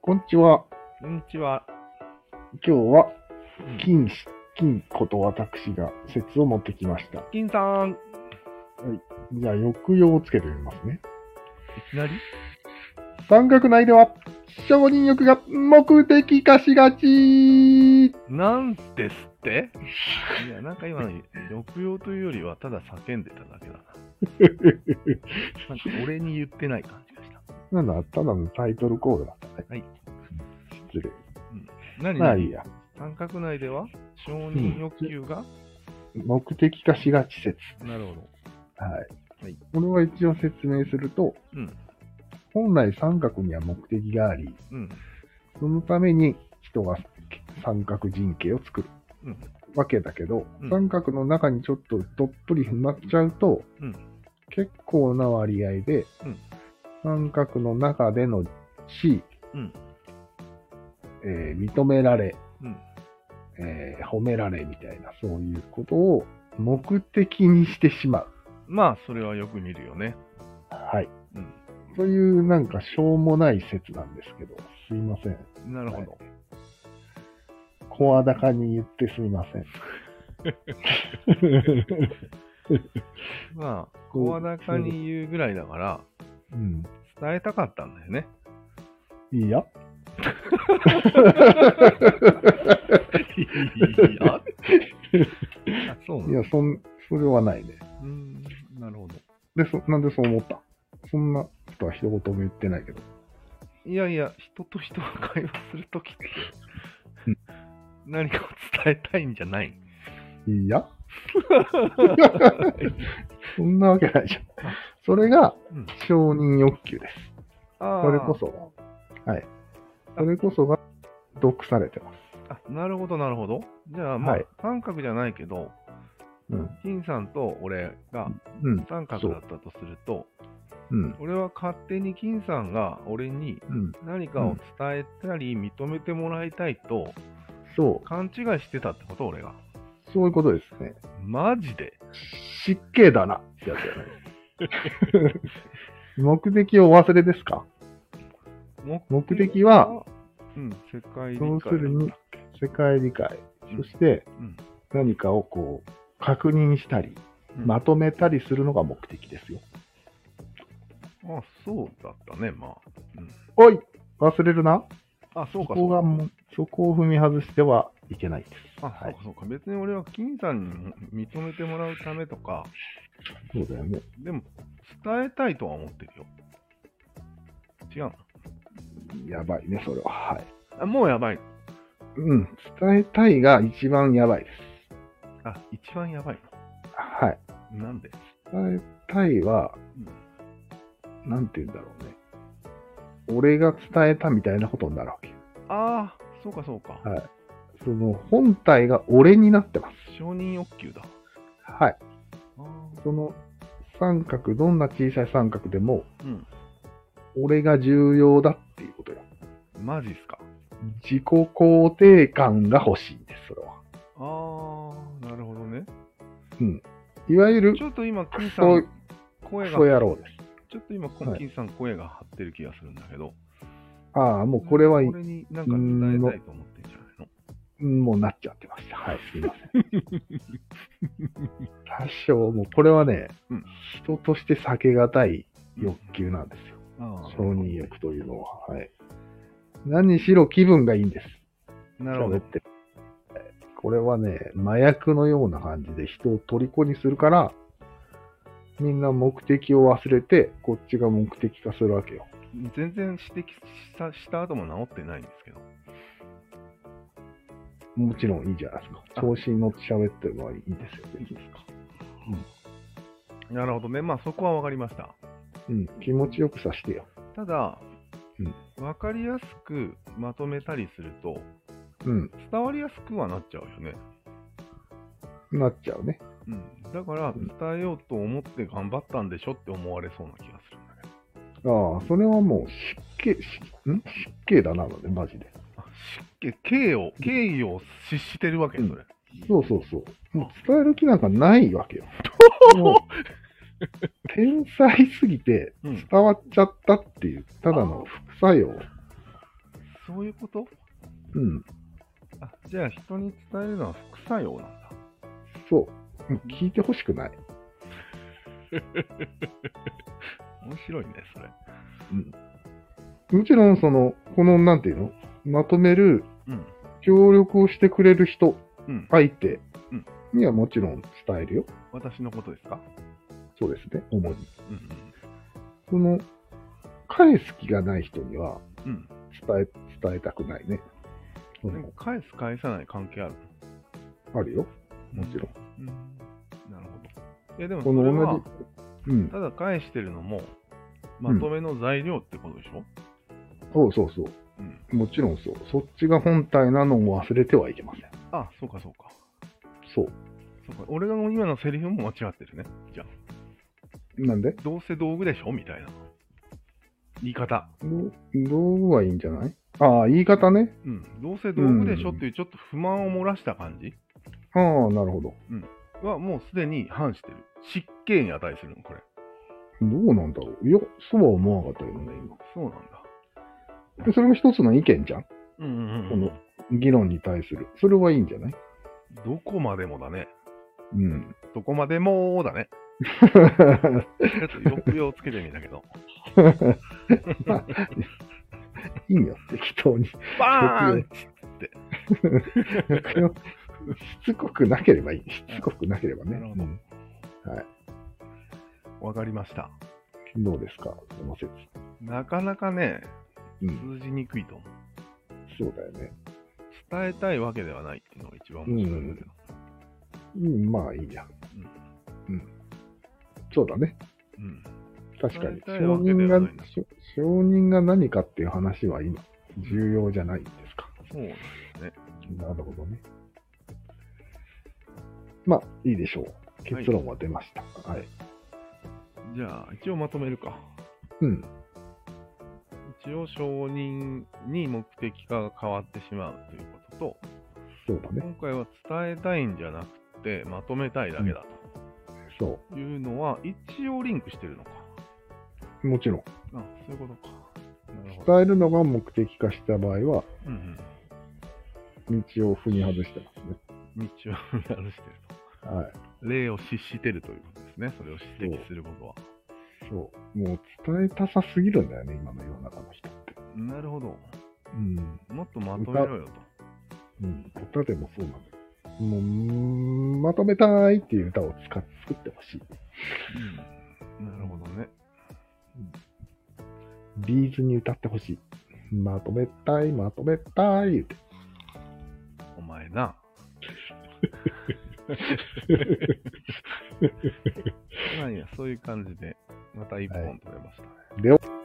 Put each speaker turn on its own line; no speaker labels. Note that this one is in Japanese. こんにちは。
こんにちは。
今日は
うん、
金し、金こと私が説を持ってきました。
金さん。い
じゃあ、抑揚をつけてみますね。
きなり
山岳内では、承認欲が目的化しがち。
なんですっていや、なんか今の抑揚というよりは、ただ叫んでただけだな。なんか俺に言ってない感じがした。
なんだ、ただのタイトルコールだったね。
はい。
失礼。
何、
まあいいや。
三角内では承認欲求が、
目的化しがち説。
なるほど。
はい。
はい
これは一応説明すると、
うん。
本来三角には目的があり、
うん。
そのために人が三角人形を作る
うん
わけだけど、
うん
三角の中にちょっとどっぷり埋まっちゃうと、
うん。
結構な割合で、
うん
三角の中での地位、
うん
えー認められ、
うん。
えー褒められみたいな、そういうことを目的にしてしまう。
まあ、それはよく見るよね。
はい。
うん。
というなんかしょうもない説なんですけど、すいません。
なるほど。
声高に言ってすいませ ん。
まあ、
こう
声高に言うぐらいだから、
うん。
伝えたかったんだよ ね。
いいや。
いや。あ、そうなん
い
だ
や、そん、それはないね。
うーん、なるほど。
で、そ、なんでそう思ったそんなことは一言も言ってないけど。
いやいや、人と人が会話するときって
うん、
何かを伝えたいんじゃない
いい や。
あ
そんなわけないじゃん。それが
うん、
承認欲求です。
ー
それこそ。はい。それこそが、毒されてます。
あなるほど、なるほど。じゃあ、まあ、
はい
三角じゃないけど、
うん。
金さんと俺が
うん。
三角だったとすると、
うん。
俺は勝手に金さんが俺に
うん。
何かを伝えたり認めてもらいたいと
そう。
勘違いしてたってこと、俺が。
そういうことですね。
マジで
失敬だなってやつやね。 目的をお忘れですか
目
目的は、
うん、世界理解
要するに、世界理解。
うん
そして
うん、
何かをこう、確認したり、
うん
まとめたりするのが目的ですよ。
あ、そうだったね、ま
おい忘れるな
あ。あ、そう
そ
か、
こ
そうか。
がもう、そこを踏み外してはいけないです。
あ、そう
はい
か、そうか。別に俺は金さんに認めてもらうためとか、
そうだよね。
でも、伝えたいとは思ってるよ。違うの
やばいね、それは。はい。
あ、もうやばい。
うん。伝えたいが一番やばいです。
あ、一番やばい
はい。
の。なんで
伝えたいは、なんて言うんだろうね。俺が伝えたみたいなことになるわけ。
ああ、そうか、そうか。
はいその、本体が俺になってます。
承認欲求だ。
はい。
あー
その、三角、どんな小さい三角でも、
うん。
俺が重要だっていうことよ。
マジっすか。
自己肯定感が欲しいんです、それは。
ああ、なるほどね。
いわゆる
ち、ょっと今、金さ
そ
ん
う、、
声が
そうやろうです。
ちょっと今、この金さん声が張ってる気がするんだけど、
ああ、もうこれは、
これになんか伝えたいと思ってんじゃないの
もうなっちゃってました。はい、すいません。 多少、もうこれはね、
うん
人として避けがたい欲求なんですよ。
ああ
承認欲というのは。はい。何しろ気分がいいんです。
なるほ
喋っ
ど。
てる。これはね、麻薬のような感じで人を虜にするから、みんな目的を忘れて、こっちが目的化するわけよ。
全然指摘したした後も治ってないんですけど。
もちろんいいじゃないですか。調子に乗って喋ってるのはいいんですよ。別に
なるほどね。まあそこは分かりました。
うん、気持ちよくさしてよ。
ただ、
うん
分かりやすくまとめたりすると、
うん、
伝わりやすくはなっちゃうよね。
なっちゃうね。
うん、だから、
うん
伝えようと思って頑張ったんでしょって思われそうな気がするんだけど。
ああ、それはもう失敬、しん失敬だなので、マジで。
あ失敬 敬意を、敬意を失してるわけ、
うん
それ。
そうそうそう。もう伝える気なんかないわけ よ。もう天才すぎて
うん
伝わっちゃったっていう、ただの副作用。
そういうこと
うん。
あ、じゃあ人に伝えるのは副作用なんだ。
そう。もう聞いてほしくない。
面白いね、それ。
もちろん、その、この、なんていうのまとめる、
うん。
協力をしてくれる人、
うん。
相手
うん
にはもちろん伝えるよ。
私のことですか
そうですね、主に。
うん
その、返す気がない人には
うん。
伝え、伝えたくないね。そ
うん。で
の
も返す返さない関係ある
あるよ。もちろん。
うん。なるほど。いやでも
こ
それ
の
は
同、じ。うん。
ただ返してるのも、まとめの材料ってことでしょ、
そうそうそう。
うん、
もちろんそう。そっちが本体なのも忘れてはいけません。
あ、そうかそうか。
そう。
そうか。俺の今のセリフも間違ってるね。じゃあ、
なんで
どうせ道具でしょみたいな。言い方。
ど道具はいいんじゃないああ、言い方ね。
うん。どうせ道具でしょっていうちょっと不満を漏らした感じ
ああ、なるほど。
はもうすでに反してる。失敬に値するの、これ。
どうなんだろう。いや、そうは思わなかったけどね、今。
そうなんだ。
でそれが一つの意見じゃん。
うんうん
こ
うん
の。議論に対する。それはいいんじゃない
どこまでもだね。
うん。
どこまでもだね。ちょっと 抑揚つけてみたけど。
いいよ、適当に。
バーン
抑抑揚しつこくなければいい。しつこくなければね。
なるほど
うん
わかりました。
どうですかその説。
なかなかね、
うん。
通じにくいと思う。
そうだよね。
伝えたいわけではないっていうのが一番面白いんだけど。
うん、まあいいじゃん。うん。そうだね。
うん。
確かに。
伝えたい
承
わけで
認
は
が
ないな、
しょ承認が何かっていう話は今、重要じゃないんですか。
そうね。
なるほどね。まあ、いいでしょう。結論は出ました。はい。
じゃあ、一応まとめるか。
うん。
一応、承認に目的化が変わってしまうということと、
そうだね。
今回は伝えたいんじゃなくて、まとめたいだけだ
そ
というのは、一応リンクしてるのか。
う。もちろん。
あ、そういうことか。なるほど。
伝えるのが目的化した場合は、
うん
道を踏み外してますね。
うん。道を見歩してる
はい。
と。例を失してるということですね。それを指摘することは。
そう。もう伝えたさすぎるんだよね、今の世の中の人って。
なるほど。
うん。
もっとまとめろよと。
うん。歌でもそうなんだよ。もううーん、まとめたいっていう歌を使っ作ってほしい。
うん。なるほどね。
ビーズに歌ってほしい。まとめたい、まとめたいって。
お前な。まあいいや、そういう感じで、また一本取れましたね。